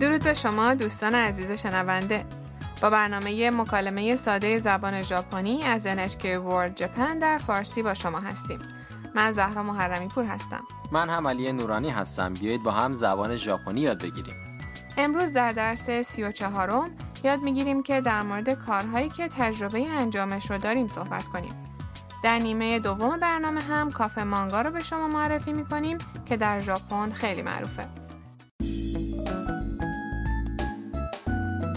درود به شما دوستان عزیز شنونده با برنامه مکالمه ساده زبان ژاپنی از NHK World Japan در فارسی با شما هستیم من زهرا محرمی پور هستم من هم علی نورانی هستم بیایید با هم زبان ژاپنی یاد بگیریم امروز در درس سی و چهارم یاد میگیریم که در مورد کارهایی که تجربه انجامش رو داریم صحبت کنیم در نیمه دوم برنامه هم کافه مانگا رو به شما معرفی میکنیم که در ژاپن خیلی معروفه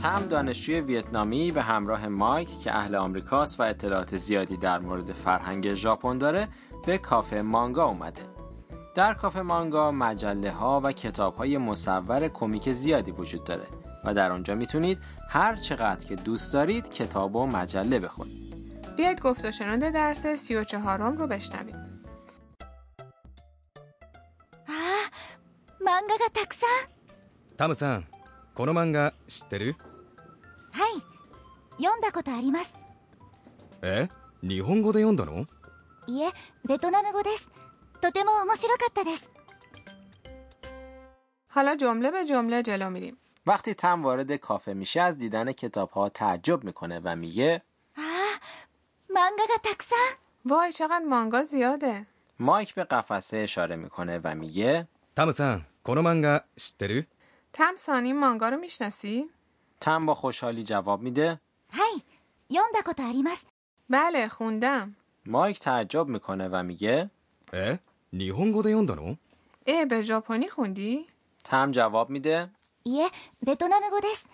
تم دانشجوی ویتنامی به همراه مایک که اهل آمریکاست و اطلاعات زیادی در مورد فرهنگ ژاپن داره به کافه مانگا اومده در کافه مانگا مجله ها و کتاب های مصور کمیک زیادی وجود داره و در آنجا میتونید هر چقدر که دوست دارید کتاب و مجله بخونید بیاید گفت و شنود درس سی و چهارم رو بشنویم 漫画がたくさんタムさんこの漫画知ってるはい読んだことありますえ日本語で読んだのいえベトナム語ですとても面白かったです حالا جمله به جمله جلو میریم وقتی تم وارد کافه میشه از دیدن کتاب ها تعجب میکنه و میگه 漫画がたくさん وای چقدر مانگا زیاده مایک به قفسه اشاره میکنه و میگه タムさんこの漫画知ってる تم سانی مانگا رو میشناسی؟ تم با خوشحالی جواب میده はい読んだことあります بله خوندم مایک تعجب میکنه و میگه え日本語で読んだの ای به ژاپنی خوندی؟ تم جواب میده いえベトナム語です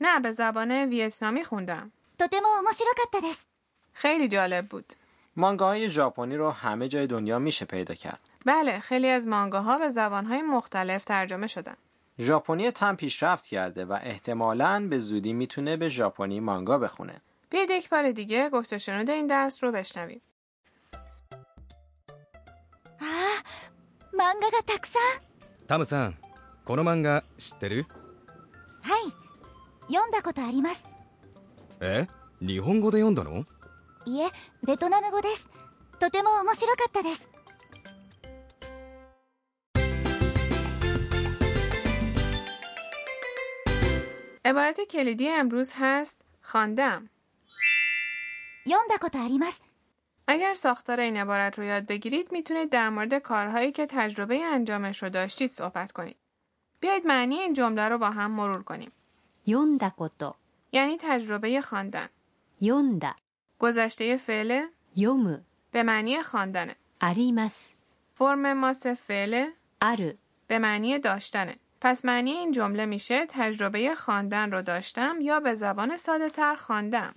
نه به زبان ویتنامی خوندم とても面白かったです خیلی جالب بود مانگاهای ژاپنی رو همه جای دنیا میشه پیدا کرد بله خیلی از مانگاها به زبانهای مختلف ترجمه شدن ژاپنی تم پیشرفت کرده و احتمالاً به زودی میتونه به ژاپنی مانگا بخونه. بیاید یک بار دیگه گفت و شنود این درس رو بشنویم 漫画がたくさんタムさんこの漫画知ってるはい読んだことありますえ日本語で読んだのいえベトナム語ですとても面白かったです عبارت کلیدی امروز هست خواندم. 読んだことあります اگر ساختار این عبارت رو یاد بگیرید میتونید در مورد کارهایی که تجربه انجامش رو داشتید صحبت کنید. بیایید معنی این جمله رو با هم مرور کنیم. 読んだこと、 یعنی تجربه خواندن. 読んだ、 گذشته فعل 読む、 به معنی خواندنه. あります、 فرم ماس فعل ある、 به معنی داشتنه. پس معنی این جمله میشه تجربه خواندن رو داشتم یا به زبان ساده تر خواندم.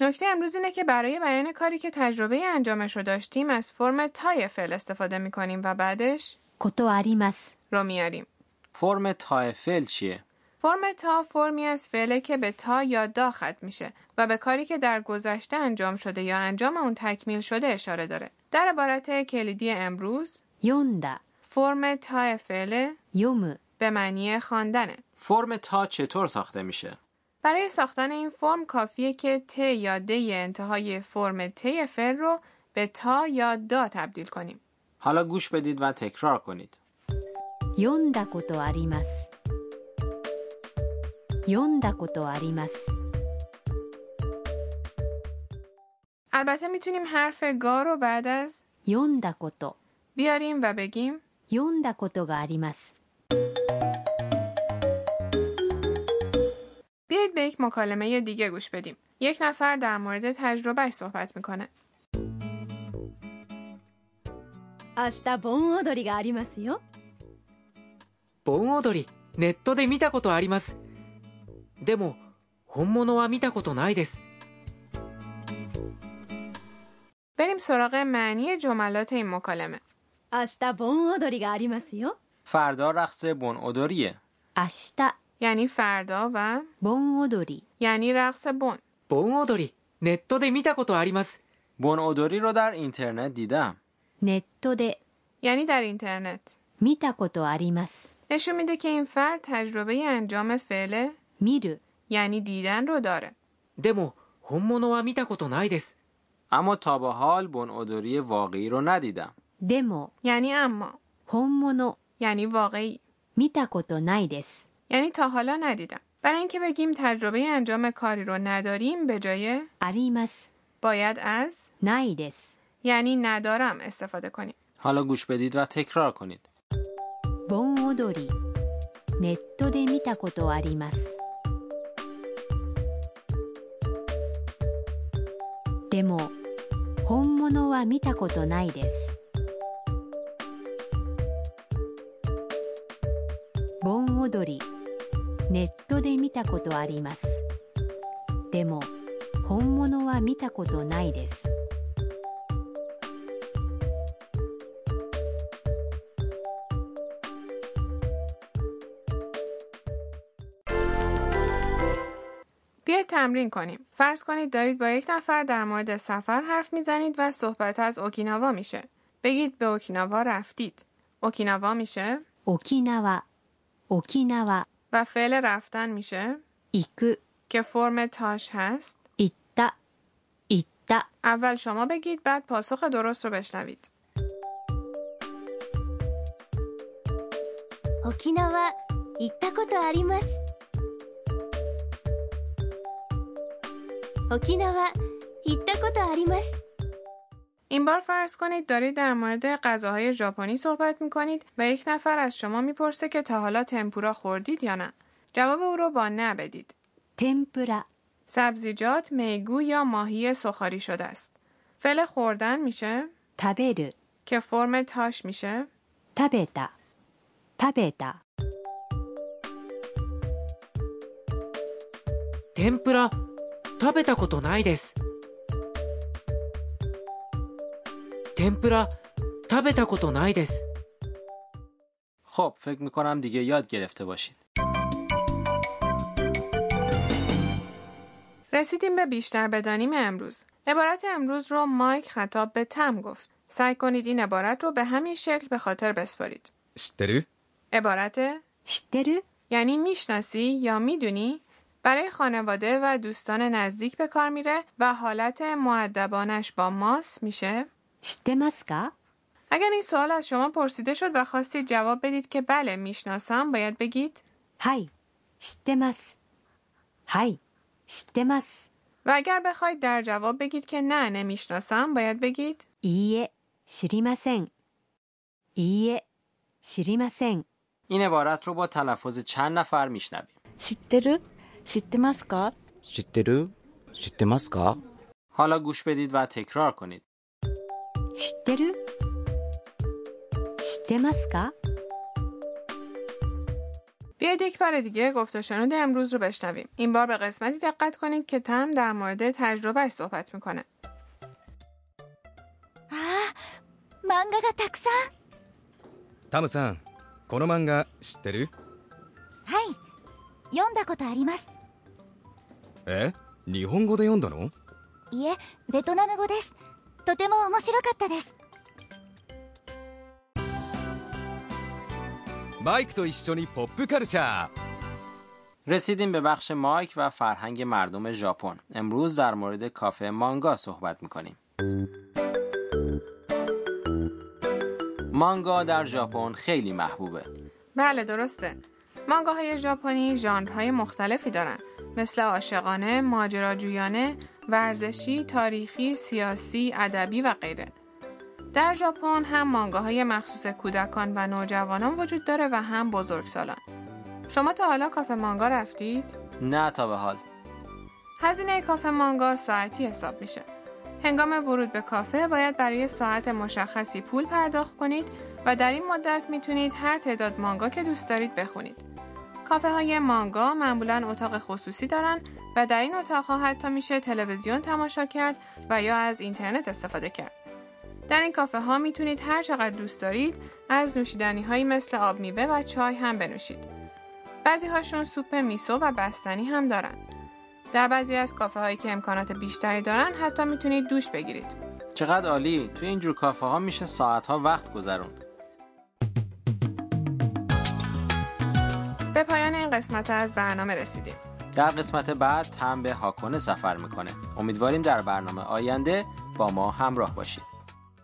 نکته امروز اینه که برای بیان کاری که تجربه انجامش رو داشتیم از فرم تای فعل استفاده میکنیم و بعدش ことあります、 رو میاریم. فرم تای فعل چیه؟ فرم تا فرمی از فعله که به تا یا دا ختم میشه و به کاری که در گذشته انجام شده یا انجام اون تکمیل شده اشاره داره. در عبارت کلیدی امروز 読んだ、 فرم تا فعله 読む、 به معنی خواندنه. فرم تا چطور ساخته میشه؟ برای ساختن این فرم کافیه که ت یا د انتهای فرم ت فعل رو به تا یا دا تبدیل کنیم. حالا گوش بدید و تکرار کنید. 読んだことあります。読んだことあります。 البته میتونیم حرف گا رو بعد از 読んだこと、 بیاریم و بگیم 読んだことがあります。 بیایید به یک مکالمه دیگه گوش بدیم. یک نفر در مورد تجربهش صحبت میکنه. 明日盆踊りがありますよ盆踊りネットで見たことありますでも本物は見たことないです بریم سراغ معنی جملات این مکالمه. 明日盆踊りがありますよ فردا رقص بنادریه. 明日、 یعنی فردا و 盆踊り、 یعنی رقص بن. 盆踊りネットで見たことあります بنادری رو در اینترنت دیدم. ネットで یعنی در اینترنت. 見たことあります。 نشون میده که این فرد تجربه انجام فعل 見る、 یعنی دیدن رو داره. でも本物は見たことないです اما تا به حال بنادری واقعی رو ندیدم. でも、 یعنی اما 本物 یعنی واقعی 見たことないです。 یعنی تا حالا ندیدم برای اینکه بگیم تجربه انجام کاری رو نداریم به جای あります。 باید از ないです。 یعنی ندارم استفاده کنیم حالا گوش بدید و تکرار کنید. 盆踊り。ネットで見たことあります。でも、本物は見たことないです。盆踊り。ネットで見たことあります。でも、本物は見たことないです。 بیاید تمرین کنیم فرض کنید دارید با یک نفر در مورد سفر حرف میزنید و صحبت از اوکیناوا میشه بگید به اوکیناوا رفتید اوکیناوا میشه 沖縄、沖縄、 و فعل رفتن میشه 行く、 که فرم تاش هست 行った、行った、 اول شما بگید بعد پاسخ درست رو بشنوید 沖縄行ったことあります沖縄行ったことあります این بار فرض کنید دارید در مورد غذاهای ژاپنی صحبت می کنید و یک نفر از شما میپرسه که تا حالا تمپورا خوردید یا نه جواب او رو با نه بدید 天ぷら、 سبزیجات میگو یا ماهی سخاری شده است فعل خوردن میشه 食べる、 که فرم تاش میشه 食べた、食べた、天ぷら食べたことないです天ぷら食べたことないです خب فکر میکنم دیگه یاد گرفته باشید. رسیدیم به بیشتر بدانیم امروز عبارت امروز رو مایک خطاب به تم گفت سعی کنید این عبارت رو به همین شکل به خاطر بسپارید 知ってる عبارت 知ってる یعنی میشناسی یا میدونی برای خانواده و دوستان نزدیک به کار میره و حالت معدبانش با ماس میشه 知ってますか اگر این سوال از شما پرسیده شد و خواستید جواب بدید که بله میشناسم باید بگید はい、知ってます。はい、知ってます。 و اگر بخواید در جواب بگید که نه نمیشناسم باید بگید いいえ、知りません。いいえ、知りません。 این عبارت رو با تلفظ چند نفر میشنویم. 知ってる知ってますか知ってる知ってますか حالا گوش بدید و تکرار کنید. 知ってる知ってますか بیاید یک بار دیگه گفت و شنود امروز رو بشنویم این بار به قسمتی دقت کنید که تم در مورد تجربهش صحبت میکنه 漫画がたくさんタムさんこの漫画知ってるはい読んだことありますえ日本語で読んだのいえベトナム語ですとても面白かったですマイクと一緒にポップカルチャー رسیدیم به بخش مایک و فرهنگ مردم ژاپن. امروز در مورد کافه مانگا صحبت میکنیم. مانگا در ژاپن خیلی محبوبه. بله درسته مانگاهای ژاپنی ژانرهای مختلفی دارند مثل عاشقانه ماجراجویانه ورزشی تاریخی سیاسی ادبی و غیره در ژاپن هم مانگاهای مخصوص کودکان و نوجوانان وجود داره و هم بزرگسالان شما تا حالا کافه مانگا رفتید نه تا به حال. هزینه کافه مانگا ساعتی حساب میشه. هنگام ورود به کافه باید برای ساعت مشخصی پول پرداخت کنید و در این مدت میتونید هر تعداد مانگا که دوست دارید بخونید. کافه های مانگا معمولا اتاق خصوصی دارن و در این اتاقها حتی میشه تلویزیون تماشا کرد و یا از اینترنت استفاده کرد. در این کافه ها میتونید هر چقدر دوست دارید از نوشیدنی هایی مثل آب میوه و چای هم بنوشید. بعضی هاشون سوپ میسو و بستنی هم دارن. در بعضی از کافه هایی که امکانات بیشتری دارن حتی میتونید دوش بگیرید. چقدر عالی. توی اینجور کافه ها میشه ساعت ها وقت گذروند. به پایان این قسمت از برنامه رسیدیم. در قسمت بعد هم به هاکونه سفر میکنه. امیدواریم در برنامه آینده با ما همراه باشید.